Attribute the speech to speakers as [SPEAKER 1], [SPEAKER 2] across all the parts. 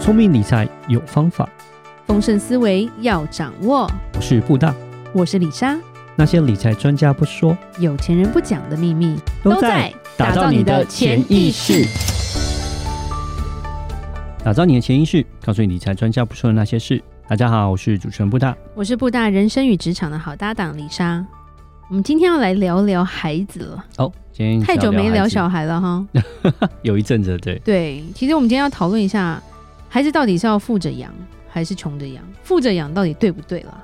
[SPEAKER 1] 聪明理财有方法，
[SPEAKER 2] 丰盛思维要掌握。
[SPEAKER 1] 我是布大。
[SPEAKER 2] 我是李莎，
[SPEAKER 1] 那些理财专家不说，
[SPEAKER 2] 有钱人不讲的秘密
[SPEAKER 1] 打造你的潜意识。，打造你的潜意识，告诉你理财专家不说的那些事。大家好，我是主持人布大。
[SPEAKER 2] 我是布大人生与职场的好搭档李莎。我们今天要来聊聊孩子了，
[SPEAKER 1] 哦，今天
[SPEAKER 2] 太久没聊
[SPEAKER 1] 小，
[SPEAKER 2] 小孩了哈。
[SPEAKER 1] 有一阵子了对，
[SPEAKER 2] 对，其实我们今天要讨论一下，孩子到底是要富着养还是穷着养？富着养到底对不对啦？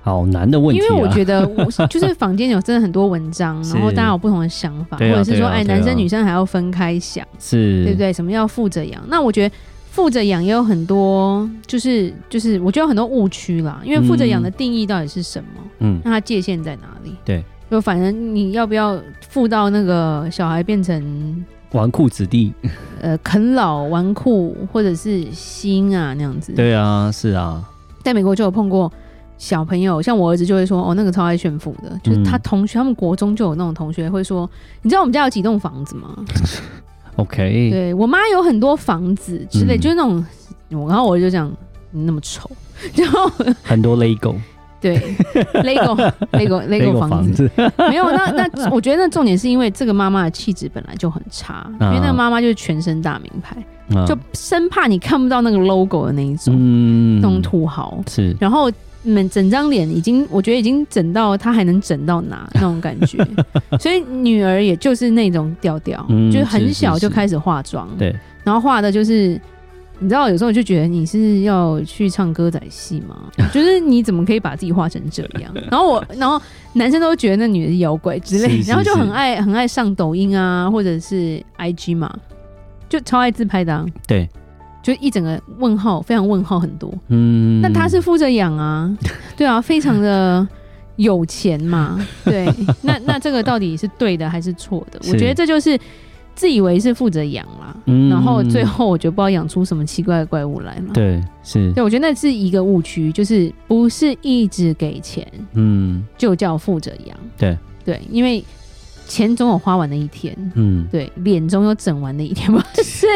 [SPEAKER 1] 好难的问题、
[SPEAKER 2] 因
[SPEAKER 1] 啊。
[SPEAKER 2] 为我觉得 我就是坊间有真的很多文章，
[SPEAKER 1] 是
[SPEAKER 2] 然后大家有不同的想法，
[SPEAKER 1] 对啊
[SPEAKER 2] 或者是
[SPEAKER 1] 对
[SPEAKER 2] 说，
[SPEAKER 1] 啊
[SPEAKER 2] 哎，
[SPEAKER 1] 对啊
[SPEAKER 2] 男生女生还要分开想。
[SPEAKER 1] 是，
[SPEAKER 2] 对不？对？什么叫负着养？那我觉得负着养也有很多，就是就是，我觉得有很多误区啦。因为负着养的定义到底是什么？
[SPEAKER 1] 嗯，
[SPEAKER 2] 那它界限在哪里？
[SPEAKER 1] 对，
[SPEAKER 2] 就反正你要不要负到那个小孩变成
[SPEAKER 1] 纨绔子弟，
[SPEAKER 2] 呃啃老、纨绔或者是心啊那样子？，
[SPEAKER 1] 对啊，是啊，
[SPEAKER 2] 在美国就有碰过。小朋友，像我儿子就会说，哦，那个超爱炫富的，就是他
[SPEAKER 1] 嗯
[SPEAKER 2] 同学，他们国中就有那种同学会说，你知道我们家有几栋房子吗？
[SPEAKER 1] ，OK，
[SPEAKER 2] 对我妈有很多房子之类，
[SPEAKER 1] 嗯
[SPEAKER 2] 就是那种，我然后我就讲你那么丑， 然后
[SPEAKER 1] 很多 LEGO
[SPEAKER 2] 对，lego lego lego 房子
[SPEAKER 1] 子，
[SPEAKER 2] 没有。那那我觉得那重点是因为这个妈妈的气质本来就很差，因为那个妈妈就是全身大名牌，
[SPEAKER 1] 嗯
[SPEAKER 2] 就生怕你看不到那个 logo 的那一种，
[SPEAKER 1] 嗯
[SPEAKER 2] 那种土豪，
[SPEAKER 1] 是
[SPEAKER 2] 然后。们整张脸已经，我觉得已经整到她还能整到哪那种感 觉，所以女儿也就是那种调调，
[SPEAKER 1] 嗯
[SPEAKER 2] 就是
[SPEAKER 1] 是
[SPEAKER 2] 很
[SPEAKER 1] 是
[SPEAKER 2] 小就是开始化妆，
[SPEAKER 1] 对，
[SPEAKER 2] 然后画的就是，你知道，有时候我就觉得你是要去唱歌仔戏 吗？就是你怎么可以把自己画成这样？然后我，然后男生都觉得那女的是妖怪之类，
[SPEAKER 1] 是是
[SPEAKER 2] 然后就是很爱很爱上抖音啊，或者是 IG 嘛，就超爱自拍的、啊。
[SPEAKER 1] 对，
[SPEAKER 2] 就一整个问号，非常问号很多。
[SPEAKER 1] 嗯，
[SPEAKER 2] 那他是负责 养啊，对啊，非常的有 钱嘛，对。那那这个到底是对的还是错的？我
[SPEAKER 1] 是
[SPEAKER 2] 觉得这就是自以为是负责养啦，
[SPEAKER 1] 嗯
[SPEAKER 2] 然后最后我觉得不知道养出什么奇怪的怪物来嘛。
[SPEAKER 1] 对是
[SPEAKER 2] 对，，我觉得那是一个误区，就是不是一直给钱
[SPEAKER 1] 嗯
[SPEAKER 2] 就叫负责养。
[SPEAKER 1] 对
[SPEAKER 2] 对，因为钱总有花完的一天，
[SPEAKER 1] 嗯，
[SPEAKER 2] 对，脸总有整完的一天吧？ 是，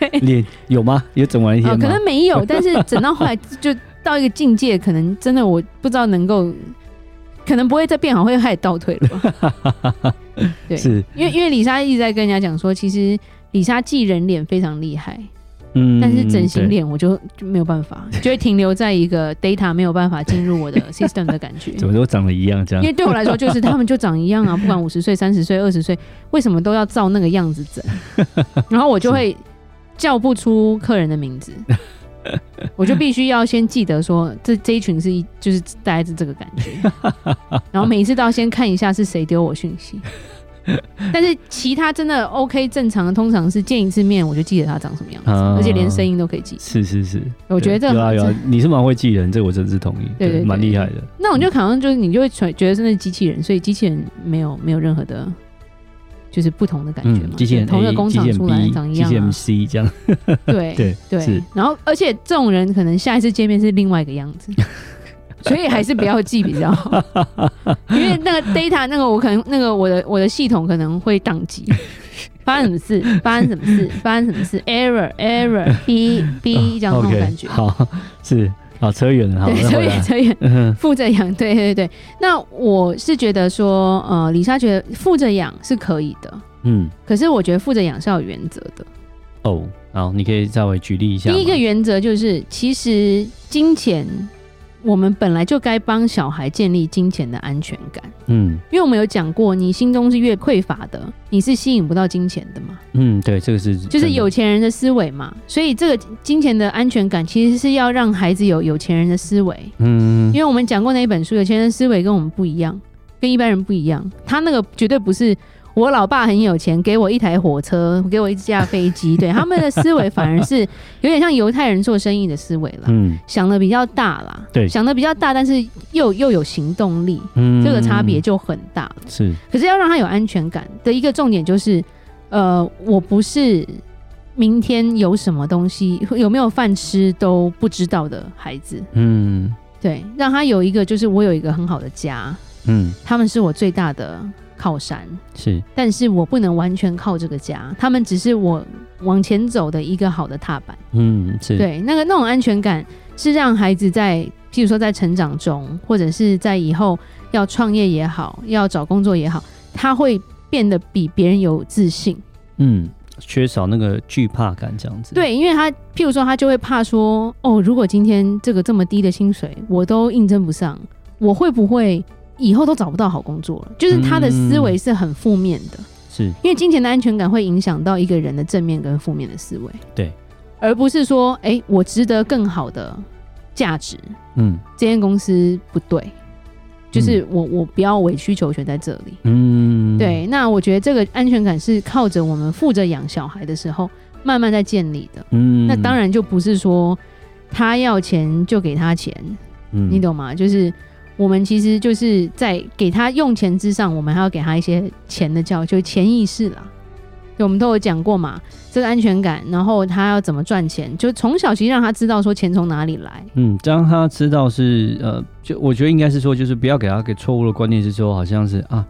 [SPEAKER 2] 对，
[SPEAKER 1] 脸有吗？有整完一
[SPEAKER 2] 啊、
[SPEAKER 1] 天吗？
[SPEAKER 2] 可能没有，但是整到后来就到一个境界，可能真的我不知道能够，可能不会再变好，会害倒退了吧？ 对，
[SPEAKER 1] 是，
[SPEAKER 2] 因为因为李莎一直在跟人家讲说，其实李莎记人脸非常厉害，
[SPEAKER 1] 嗯
[SPEAKER 2] 但是整形
[SPEAKER 1] 对
[SPEAKER 2] 脸我就就没有办法，就会停留在一个 data 没有办法进入我的 system 的感 觉。
[SPEAKER 1] 怎么都长得一样这
[SPEAKER 2] 因为
[SPEAKER 1] 样，
[SPEAKER 2] 对我来说，就是他们就长一样啊，不管五十岁、三十岁、二十岁，为什么都要照那个样子整？然后我就会叫不出客人的名 字，我就必须要先记得说，这这一群是一就是大概是这个感觉。 然后每一次都要先看一下是谁丢我讯 息。但是其他真的 OK 正常的，通常是见一次面我就记得他长什么样子，
[SPEAKER 1] 啊
[SPEAKER 2] 而且连声音都可以记得。
[SPEAKER 1] 是是是，
[SPEAKER 2] 我觉得这
[SPEAKER 1] 对有啊
[SPEAKER 2] 很
[SPEAKER 1] 有啊，你是蛮会记人，这我真是同意，
[SPEAKER 2] 对对对
[SPEAKER 1] 蛮厉害的，
[SPEAKER 2] 那我就好像就是你就会觉觉得是那机器人，所以机器人没有没有任何的，就是不同的感觉嘛，
[SPEAKER 1] 嗯，机器人
[SPEAKER 2] 就同一
[SPEAKER 1] A，
[SPEAKER 2] 个工
[SPEAKER 1] 机器
[SPEAKER 2] 厂
[SPEAKER 1] 人
[SPEAKER 2] 出来
[SPEAKER 1] B，
[SPEAKER 2] 长一
[SPEAKER 1] 机
[SPEAKER 2] 样
[SPEAKER 1] 器人
[SPEAKER 2] 啊，
[SPEAKER 1] C 这样，
[SPEAKER 2] 对
[SPEAKER 1] 对是
[SPEAKER 2] 对。然后而且这种人可能下一次见面是另外一个样 子，所以还是不要记比较好，因为那个 data 那个我可能那个我的我的系统可能会宕 机。发生什么事？发生什么事？发生什么事？error error b b 这样那种
[SPEAKER 1] 啊 OK，
[SPEAKER 2] 感觉。
[SPEAKER 1] 好 是好扯远了，好，
[SPEAKER 2] 对，
[SPEAKER 1] 那
[SPEAKER 2] 扯
[SPEAKER 1] 回
[SPEAKER 2] 远
[SPEAKER 1] 来
[SPEAKER 2] 扯远。
[SPEAKER 1] 嗯
[SPEAKER 2] 负着养，对对对。那我是觉得说，呃，李莎觉得负着养是可以的，
[SPEAKER 1] 嗯
[SPEAKER 2] 可是我觉得负着养是要有原则的。
[SPEAKER 1] 哦，好，你可以稍微举例一下吗，
[SPEAKER 2] 第一个原则就是，其实金钱，我们本来就该帮小孩建立金钱的安全感，
[SPEAKER 1] 嗯
[SPEAKER 2] 因为我们有讲过，你心中是越匮乏的，你是吸引不到金钱的嘛，
[SPEAKER 1] 嗯，对，这个是
[SPEAKER 2] 就是
[SPEAKER 1] 真的
[SPEAKER 2] 有钱人的思维嘛。所以这个金钱的安全感，其实是要让孩子有有钱人的思维。
[SPEAKER 1] 嗯
[SPEAKER 2] 因为我们讲过那一本书，有钱人思维跟我们不一样，跟一般人不一样。他那个绝对不是我老爸很有钱，给我一台火车，给我一架飞机。对他们的思维反而是有点像犹太人做生意的思维了，
[SPEAKER 1] 嗯
[SPEAKER 2] 想的比较大啦，
[SPEAKER 1] 对
[SPEAKER 2] 想的比较大，但是又又有行动力，
[SPEAKER 1] 嗯，
[SPEAKER 2] 这个差别就很大了。
[SPEAKER 1] 是
[SPEAKER 2] 可是要让他有安全感的一个重点就是，呃，我不是。明天有什么东西，有没有饭吃都不知道的孩子，
[SPEAKER 1] 嗯
[SPEAKER 2] 对，让他有一个就是我有一个很好的家，
[SPEAKER 1] 嗯
[SPEAKER 2] 他们是我最大的靠山，
[SPEAKER 1] 是
[SPEAKER 2] 但是我不能完全靠这个家，他们只是我往前走的一个好的踏板。
[SPEAKER 1] 嗯是，
[SPEAKER 2] 对，那个那种安全感是让孩子在，譬如说在成长中，或者是在以后要创业也好，要找工作也好，他会变得比别人有自信。
[SPEAKER 1] 嗯，缺少那个惧怕感这样子。，
[SPEAKER 2] 对，因为他譬如说他就会怕说，哦，如果今天这个这么低的薪水我都应征不上，我会不会以后都找不到好工作了？就是他的思维是很负面的，
[SPEAKER 1] 是
[SPEAKER 2] 因为金钱的安全感会影响到一个人的正面跟负面的思维。
[SPEAKER 1] 对，
[SPEAKER 2] 而不是说，哎、我值得更好的价值，
[SPEAKER 1] 嗯
[SPEAKER 2] 这间公司不对，就是我、我不要委曲求全在这里。
[SPEAKER 1] 嗯，
[SPEAKER 2] 对，那我觉得这个安全感是靠着我们负责养小孩的时候慢慢在建立的。
[SPEAKER 1] 嗯，
[SPEAKER 2] 那当然就不是说他要钱就给他钱，
[SPEAKER 1] 嗯，
[SPEAKER 2] 你懂吗？就是我们其实就是在给他用钱之上，我们还要给他一些钱的教育，就是潜意识啦。对我们都有讲过嘛，这个安全感，然后他要怎么赚钱，就从小其实让他知道说钱从哪里来。
[SPEAKER 1] 嗯，让他知道是呃，就我觉得应该是说，就是不要给他给错误的观念，是说好像是啊，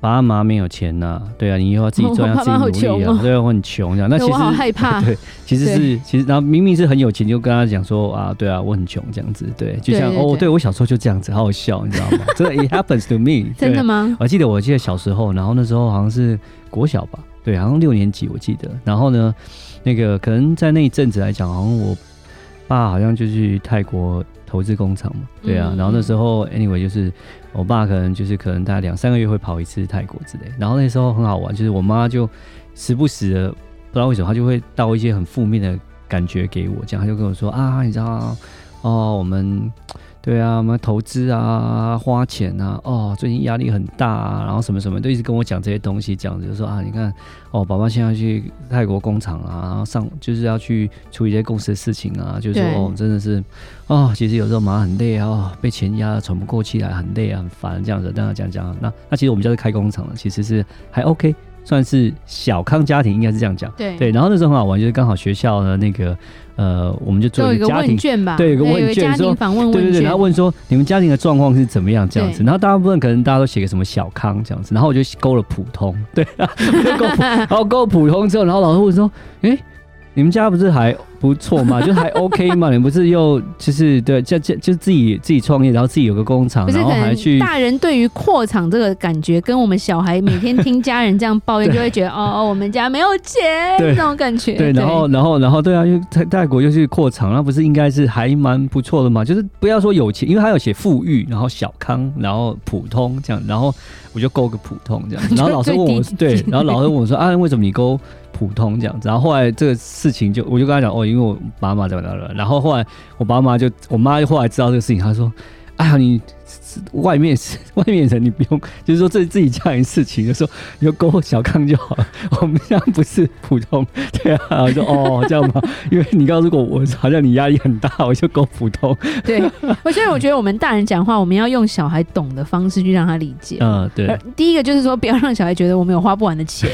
[SPEAKER 1] 爸妈没有钱呐、对啊，你又要自己赚，
[SPEAKER 2] 我
[SPEAKER 1] 要
[SPEAKER 2] 爸妈
[SPEAKER 1] 自己努力
[SPEAKER 2] 好穷
[SPEAKER 1] 啊
[SPEAKER 2] 哦，
[SPEAKER 1] 对啊，我很穷这样。那其
[SPEAKER 2] 对我好
[SPEAKER 1] 实
[SPEAKER 2] 害怕，
[SPEAKER 1] 对其实是其实，然后明明是很有钱，就跟他讲说啊，对啊，我很穷这样子，对，就像
[SPEAKER 2] 对对
[SPEAKER 1] 哦，
[SPEAKER 2] 对
[SPEAKER 1] 对我小时候就这样子，好好笑，你知道吗？这 it happens to me，啊
[SPEAKER 2] 真的
[SPEAKER 1] 吗？
[SPEAKER 2] 吗？
[SPEAKER 1] 我记得我记得小时候，然后那时候好像是国小吧，对，好像六年级我记得，然后呢，那个可能在那一阵子来讲，好像我爸好像就去泰国投资工厂嘛，对啊，
[SPEAKER 2] 嗯
[SPEAKER 1] 然后那时候 anyway 就是我爸可能就是可能大概两三个月会跑一次泰国之类，然后那时候很好玩，就是我妈就时不时的不知道为什么她就会倒一些很负面的感觉给我，这样她就跟我说啊，你知道啊哦，我们。对啊，我们投资啊，花钱啊，哦，最近压力很大啊，然后什么什么，都一直跟我讲这些东西，讲就说啊，你看哦，爸爸现在去泰国工厂啊，然后上就是要去处理一些公司的事情啊，就是说
[SPEAKER 2] 对
[SPEAKER 1] 哦，真的是哦，其实有时候忙很累啊，哦、被钱压得喘不过气来，很累啊，很烦这样子，但他讲讲，那那其实我们家是开工厂的，其实是还 OK，算是小康家庭，应该是这样讲。
[SPEAKER 2] 对
[SPEAKER 1] 对，，然后那时候很好玩，就是刚好学校的那个呃，我们就
[SPEAKER 2] 就
[SPEAKER 1] 做
[SPEAKER 2] 有
[SPEAKER 1] 一
[SPEAKER 2] 一
[SPEAKER 1] 个
[SPEAKER 2] 个
[SPEAKER 1] 家
[SPEAKER 2] 问
[SPEAKER 1] 庭
[SPEAKER 2] 卷吧，
[SPEAKER 1] 对有一个
[SPEAKER 2] 对
[SPEAKER 1] 问卷
[SPEAKER 2] 家
[SPEAKER 1] 说
[SPEAKER 2] 庭访问问
[SPEAKER 1] 对
[SPEAKER 2] 卷，
[SPEAKER 1] 对对，然后问说你们家庭的状况是怎么样这样子，
[SPEAKER 2] 对
[SPEAKER 1] 然后大部分可能大家都写个什么小康这样子，然后我就勾了普通，对， 我就勾普，然后勾普通之后，然后老师问说，哎、你们家不是还不错 嘛，就还 OK 嘛，你们不是又就是对，就就就自己自己创业，然后自己有个工厂，
[SPEAKER 2] 不是
[SPEAKER 1] 哦然
[SPEAKER 2] 可
[SPEAKER 1] 后还去
[SPEAKER 2] 能大人对于扩厂这个感觉，跟我们小孩每天听家人这样 抱怨，就会觉得哦哦，我们家没有钱
[SPEAKER 1] 对
[SPEAKER 2] 那种感觉。
[SPEAKER 1] 对，然后，然后，然后，对啊，因为泰泰国又去扩厂，那不是应该是还蛮不错的嘛？就是不要说有钱，因为他有写富裕，然后小康，然后普通这样，然后我就勾个普通 这样，然后老师问我
[SPEAKER 2] 最低，
[SPEAKER 1] 对，然后老师问我说啊，为什么你勾普通这样子？然后后来这个事情就我就跟他讲哦，因为我爸妈怎么怎么，然后后来我爸妈就我妈就后来知道这个事情，她说。哎呀，你外面 是外面人，你不用，就是说这自己家人事情，就说你就勾小康就好了。 我们家不是普通， 对啊，我说哦这样吗？ 因为你告诉我，我好像你压力很大，我就勾普通。
[SPEAKER 2] 对， 对我所以我觉得我们大人讲话，我们要用小孩懂的方式去让他理解。
[SPEAKER 1] 嗯，对
[SPEAKER 2] 而，第一个就是说，不要让小孩觉得我们有花不完 的钱，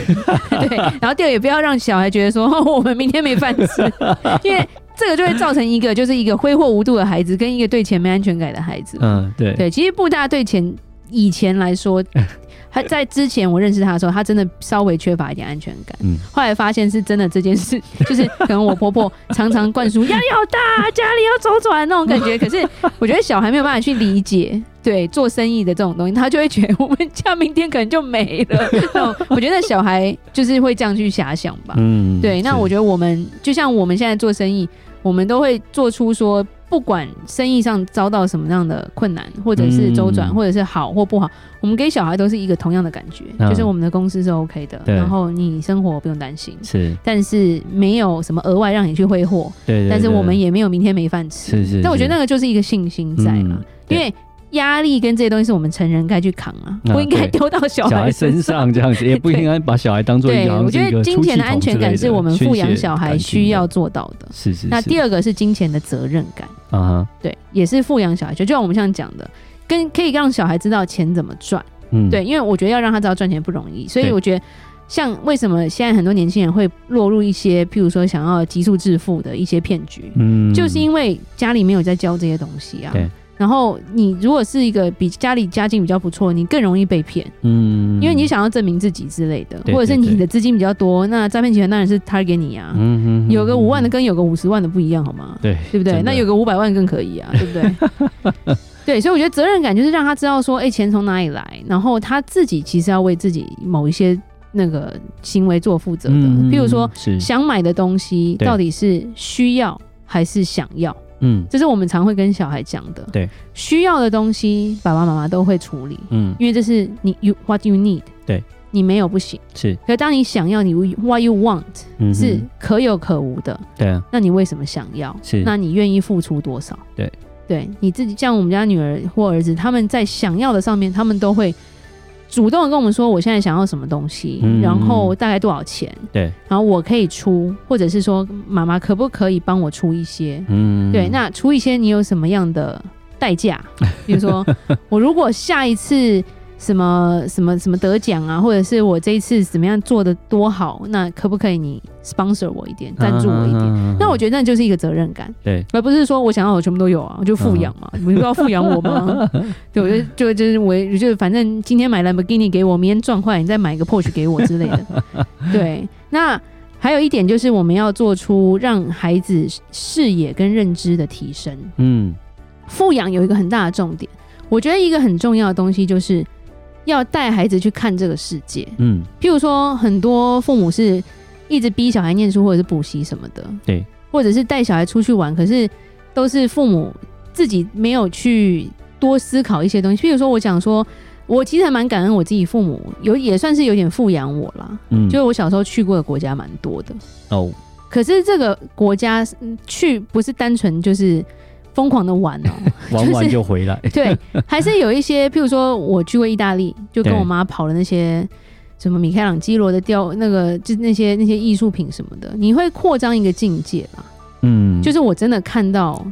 [SPEAKER 2] 对。然后第二个，也不要让小孩觉得说、哦我们明天没饭吃， 因为这个就会造成一个就是一个挥霍无度的孩子，跟一个对钱没安全感的孩子。
[SPEAKER 1] 嗯对，
[SPEAKER 2] 对，其实布大对钱以前 来说，他在之前我认识他的时候，他真的稍微缺乏一点安全感。
[SPEAKER 1] 嗯
[SPEAKER 2] 后来发现是真的这件事， 就是可能我婆婆常常灌输压力好大，家里要周转那种感 觉。可是我觉得小孩没有办法去理解，对做生意的这种东西，他就会觉得我们家明天可能就没了。那种我觉得小孩就是会这样去遐想吧。
[SPEAKER 1] 嗯
[SPEAKER 2] 对，那我
[SPEAKER 1] 就
[SPEAKER 2] 觉得我们就像我们现在做生意，我们都会做出说，不管生意上遭到什么样的困难，或者是周转，
[SPEAKER 1] 嗯
[SPEAKER 2] 或者是好或不好，我们给小孩都是一个同样的感觉，
[SPEAKER 1] 嗯
[SPEAKER 2] 就是我们的公司是 OK 的，
[SPEAKER 1] 对
[SPEAKER 2] 然后你生活不用担心，
[SPEAKER 1] 是
[SPEAKER 2] 但是没有什么额外让你去挥霍，
[SPEAKER 1] 对对，
[SPEAKER 2] 但是
[SPEAKER 1] 对
[SPEAKER 2] 我们也没有明天没饭吃。
[SPEAKER 1] 是是，
[SPEAKER 2] 但我觉得那
[SPEAKER 1] 是
[SPEAKER 2] 个就是一个信心在嘛
[SPEAKER 1] 嗯，
[SPEAKER 2] 因
[SPEAKER 1] 对
[SPEAKER 2] 为压力跟这些东西是我们成人该去扛啊，
[SPEAKER 1] 啊
[SPEAKER 2] 不应该
[SPEAKER 1] 对
[SPEAKER 2] 丢到小
[SPEAKER 1] 小
[SPEAKER 2] 孩
[SPEAKER 1] 孩身上这样 子，也不应该把小孩当做一
[SPEAKER 2] 对，
[SPEAKER 1] 个好
[SPEAKER 2] 我
[SPEAKER 1] 像是
[SPEAKER 2] 觉
[SPEAKER 1] 一个
[SPEAKER 2] 得金
[SPEAKER 1] 出气
[SPEAKER 2] 钱的
[SPEAKER 1] 筒
[SPEAKER 2] 安全
[SPEAKER 1] 之类
[SPEAKER 2] 感
[SPEAKER 1] 的
[SPEAKER 2] 是我们
[SPEAKER 1] 宣
[SPEAKER 2] 抚
[SPEAKER 1] 泄
[SPEAKER 2] 养小孩
[SPEAKER 1] 感情
[SPEAKER 2] 需
[SPEAKER 1] 的
[SPEAKER 2] 要做到的。
[SPEAKER 1] 是是
[SPEAKER 2] 那第
[SPEAKER 1] 二
[SPEAKER 2] 二个是金钱的责任感，
[SPEAKER 1] 啊哈
[SPEAKER 2] 对，也是富养小孩，就就像我们像讲的，跟可以让小孩知道钱怎么赚，
[SPEAKER 1] 嗯
[SPEAKER 2] 对，因为我觉得要让他知道赚钱不容易，所以
[SPEAKER 1] 对
[SPEAKER 2] 我觉得。像为什么现在很多年轻人会落入一些，譬如说想要急速致富的一些骗局，
[SPEAKER 1] 嗯
[SPEAKER 2] 就是因为家里没有在教这些东西啊
[SPEAKER 1] 对。
[SPEAKER 2] 然后你如果是一个比家里家境比较不错，你更容易被骗，
[SPEAKER 1] 嗯，
[SPEAKER 2] 因为你想要证明自己之类的，
[SPEAKER 1] 对
[SPEAKER 2] 或者是
[SPEAKER 1] 对对
[SPEAKER 2] 你的资金比较多，那诈骗集团当然是 target 你啊。
[SPEAKER 1] 嗯嗯
[SPEAKER 2] 有个五万的
[SPEAKER 1] 嗯
[SPEAKER 2] 跟有个五十万的不一样，好吗？
[SPEAKER 1] 对
[SPEAKER 2] 对不对？那有
[SPEAKER 1] 个
[SPEAKER 2] 个五百万更可以啊，对不对？对， 所以我觉得责任感就是让他知道说，哎、钱从哪里来，然后他自己其实要为自己某一些那个行为做负责的。譬如说，
[SPEAKER 1] 嗯是
[SPEAKER 2] 想买的东西
[SPEAKER 1] 对
[SPEAKER 2] 到底是需要还是想要，
[SPEAKER 1] 嗯
[SPEAKER 2] 这是我们常会跟小孩讲的。
[SPEAKER 1] 对，
[SPEAKER 2] 需要的东西，爸爸妈妈都会处理，
[SPEAKER 1] 嗯
[SPEAKER 2] 因为这是你 you what you need。
[SPEAKER 1] 对，
[SPEAKER 2] 你没有不行，
[SPEAKER 1] 是
[SPEAKER 2] 可是当你想要你 what you want
[SPEAKER 1] 嗯
[SPEAKER 2] 是
[SPEAKER 1] 哼
[SPEAKER 2] 可有可无的，
[SPEAKER 1] 对啊
[SPEAKER 2] 那你为什么想要？
[SPEAKER 1] 是
[SPEAKER 2] 那你愿意付出多少？
[SPEAKER 1] 对，
[SPEAKER 2] 对，你自己像我们家女儿或儿子，他们在想要的上面，他们都会主动的跟我们说，我现在想要什么东西，
[SPEAKER 1] 嗯
[SPEAKER 2] 然后大概多少钱，
[SPEAKER 1] 对
[SPEAKER 2] 然后我可以出，或者是说妈妈可不可以帮我出一些？
[SPEAKER 1] 嗯
[SPEAKER 2] 对，那出一些你有什么样的代价？比如说，我如果下一次。什么什么什么得奖啊，或者是我这一次怎么样做的多好，那可不可以你 sponsor 我一点，赞助我一
[SPEAKER 1] 啊嗯
[SPEAKER 2] 点？那我
[SPEAKER 1] 就
[SPEAKER 2] 觉得那就是一个责任感。
[SPEAKER 1] 对
[SPEAKER 2] 而呃不是说我想要我全部都有啊，我就富养嘛，你们不要富养我吗？对，我就就就是我就是反正今天买兰博基尼给我，明天撞坏，你再买一个 Porsche 给我之类的。对，那还有一点就是我们要做出让孩子视野跟认知的提升。
[SPEAKER 1] 嗯
[SPEAKER 2] 富养有一个很大的重点，我觉得一个很重要的东西就是要带孩子去看这个世界。
[SPEAKER 1] 嗯
[SPEAKER 2] 譬如说，很多父母是一直逼小孩念书或者是补习什么的，
[SPEAKER 1] 对，
[SPEAKER 2] 或者是带小孩出去玩，可是都是父母自己没有去多思考一些东西。譬如说，我想说，我其实还蛮感恩我自己父母有也算是有点富养我啦，
[SPEAKER 1] 嗯
[SPEAKER 2] 就是我小时候去过的国家蛮多的，
[SPEAKER 1] 哦
[SPEAKER 2] 可是这个国家嗯去不是单纯就是。疯狂的玩哦、
[SPEAKER 1] 玩完就回 来
[SPEAKER 2] 对，还是有一些，譬如说我去过意大利，就跟
[SPEAKER 1] 对
[SPEAKER 2] 我妈跑了那些什么米开朗基罗的雕，那个就那些那些艺术品什么的，你会扩张一个境界吧？
[SPEAKER 1] 嗯
[SPEAKER 2] 就是是我真的看到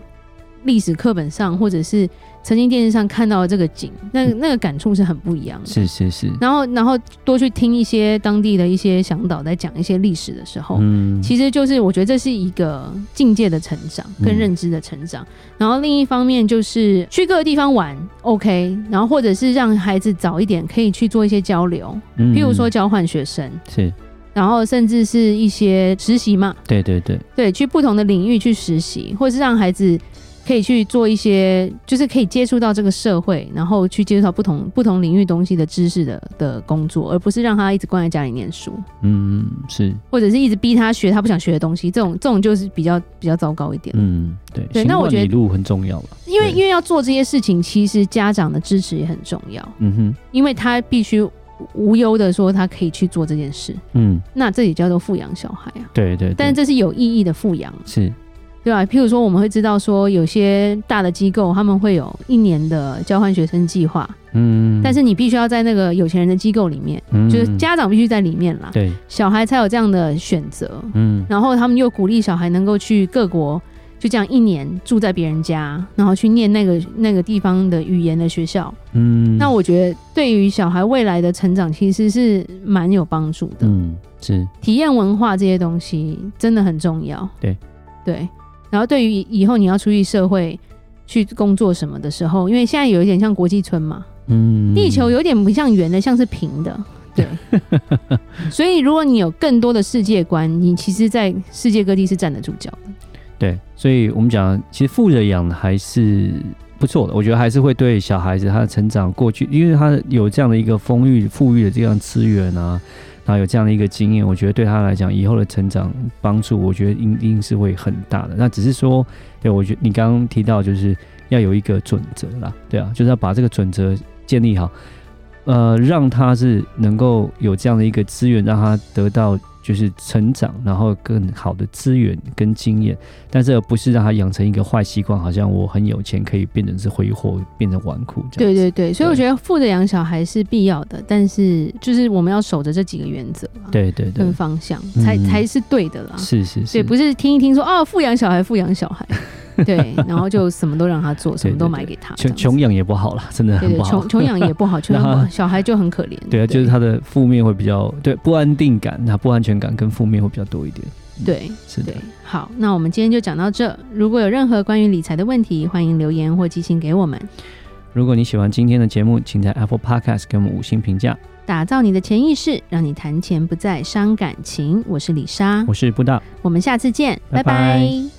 [SPEAKER 2] 历史课本上或者是曾经电视上看到的这个景，那那个感触是很不一样的。
[SPEAKER 1] 嗯是是是
[SPEAKER 2] 然后，然后多去听一些当地的一些向导在讲一些历史的时候，
[SPEAKER 1] 嗯
[SPEAKER 2] 哦其实就是我觉得这是一个境界的成长
[SPEAKER 1] 嗯
[SPEAKER 2] 跟认知的成长。然后另一方面就是去各个地方玩，OK，然后或者是让孩子早一点可以去做一些交流，譬如说
[SPEAKER 1] 嗯
[SPEAKER 2] 交换学生，
[SPEAKER 1] 是
[SPEAKER 2] 然后甚至是一些实习嘛，
[SPEAKER 1] 对对对
[SPEAKER 2] 对，去不同的领域去实习，或是让孩子可以去做一些，就是可以接触到这个社会，然后去接触到不同不同领域东西的知识的的工作，而不是让他一直关在家里念书，
[SPEAKER 1] 嗯是
[SPEAKER 2] 或者是一直逼他学他不想学的东西。这种这种就是比较比较糟糕一点，
[SPEAKER 1] 嗯对
[SPEAKER 2] 对
[SPEAKER 1] 行
[SPEAKER 2] 那我
[SPEAKER 1] 万
[SPEAKER 2] 觉得
[SPEAKER 1] 里路很重要了
[SPEAKER 2] 因为
[SPEAKER 1] 对
[SPEAKER 2] 因为要做这些事情，其实家长的支持也很重要，
[SPEAKER 1] 嗯
[SPEAKER 2] 因为他必须无忧的说他可以去做这件事，
[SPEAKER 1] 哼嗯
[SPEAKER 2] 那这也叫做富养小孩啊。
[SPEAKER 1] 对对对
[SPEAKER 2] 但这是有意义的富养啊，
[SPEAKER 1] 是
[SPEAKER 2] 对吧、譬如说，我们会知道说，有些大的机构他们会有一年的交换学生计划，
[SPEAKER 1] 嗯
[SPEAKER 2] 但是你必须要在那个有钱人的机构里面，就是
[SPEAKER 1] 嗯
[SPEAKER 2] 家长必须在里面啦，
[SPEAKER 1] 对
[SPEAKER 2] 小孩才有这样的选择。
[SPEAKER 1] 嗯
[SPEAKER 2] 然后他们又鼓励小孩能够去各国，就这样一年住在别人家，然后去念那个那个地方的语言的学校。
[SPEAKER 1] 嗯
[SPEAKER 2] 那我觉得对于小孩未来的成长其实是蛮有帮助的。
[SPEAKER 1] 嗯是
[SPEAKER 2] 体验文化这些东西真的很重要。
[SPEAKER 1] 对
[SPEAKER 2] 对，然后对于以后你要出去社会去工作什么的时候，因为现在有一点像国际村嘛，
[SPEAKER 1] 嗯
[SPEAKER 2] 地球有点不像圆的，像是平的。 对，所以如果你有更多的世界观，你其实，在世界各地是站得住脚的。
[SPEAKER 1] 对，所以我们讲，其实富着养还是不错的，我觉得还是会对小孩子他的成长过去，因为他有这样的一个丰裕、富裕的这样资源啊，然后有这样的一个经验，我觉得对他来讲以后的成长帮助，我觉得一定是会很大的。那只是说，对我觉得你刚刚提到就是要有一个准则啦，对啊，就是要把这个准则建立好。呃，让他是能够有这样的一个资源，让他得到就是成长，然后更好的资源跟经验。但这不是让他养成一个坏习惯，好像我很有钱可以变成是挥霍，变成纨绔这样。
[SPEAKER 2] 对，对对，所以我觉得富着养小孩是必要的，但是就是我们要守着这几个原则啊
[SPEAKER 1] 对对对
[SPEAKER 2] 跟，方向，才
[SPEAKER 1] 嗯
[SPEAKER 2] 才是对的啦。
[SPEAKER 1] 是是是，
[SPEAKER 2] 所以不是听一听说哦，富养小孩，富养小 孩，对，然后就什么都让他做，什么都买给他，
[SPEAKER 1] 穷
[SPEAKER 2] 这样
[SPEAKER 1] 穷养也不好啦，真的
[SPEAKER 2] 子，
[SPEAKER 1] 很
[SPEAKER 2] 对
[SPEAKER 1] 不
[SPEAKER 2] 对，
[SPEAKER 1] 好
[SPEAKER 2] 穷。穷养也 不好，穷养不
[SPEAKER 1] 让
[SPEAKER 2] 好
[SPEAKER 1] 他
[SPEAKER 2] 小孩就很可怜，
[SPEAKER 1] 啊对啊，就是他的负面会比较对不安定感，那不安全感跟负面会比较多一点。
[SPEAKER 2] 对
[SPEAKER 1] 是的
[SPEAKER 2] 对，，好，那我们今天就讲到这。如果有任何关于理财的问题，欢迎留言或寄信给我们。
[SPEAKER 1] 如果你喜欢今天的节目，请在 Apple Podcast 给我们五星评价。
[SPEAKER 2] 打造你的潜意识，让你谈钱不再伤感情。我是李莎，
[SPEAKER 1] 我是布大。
[SPEAKER 2] 我们下次见，
[SPEAKER 1] 拜
[SPEAKER 2] 拜
[SPEAKER 1] 拜
[SPEAKER 2] 拜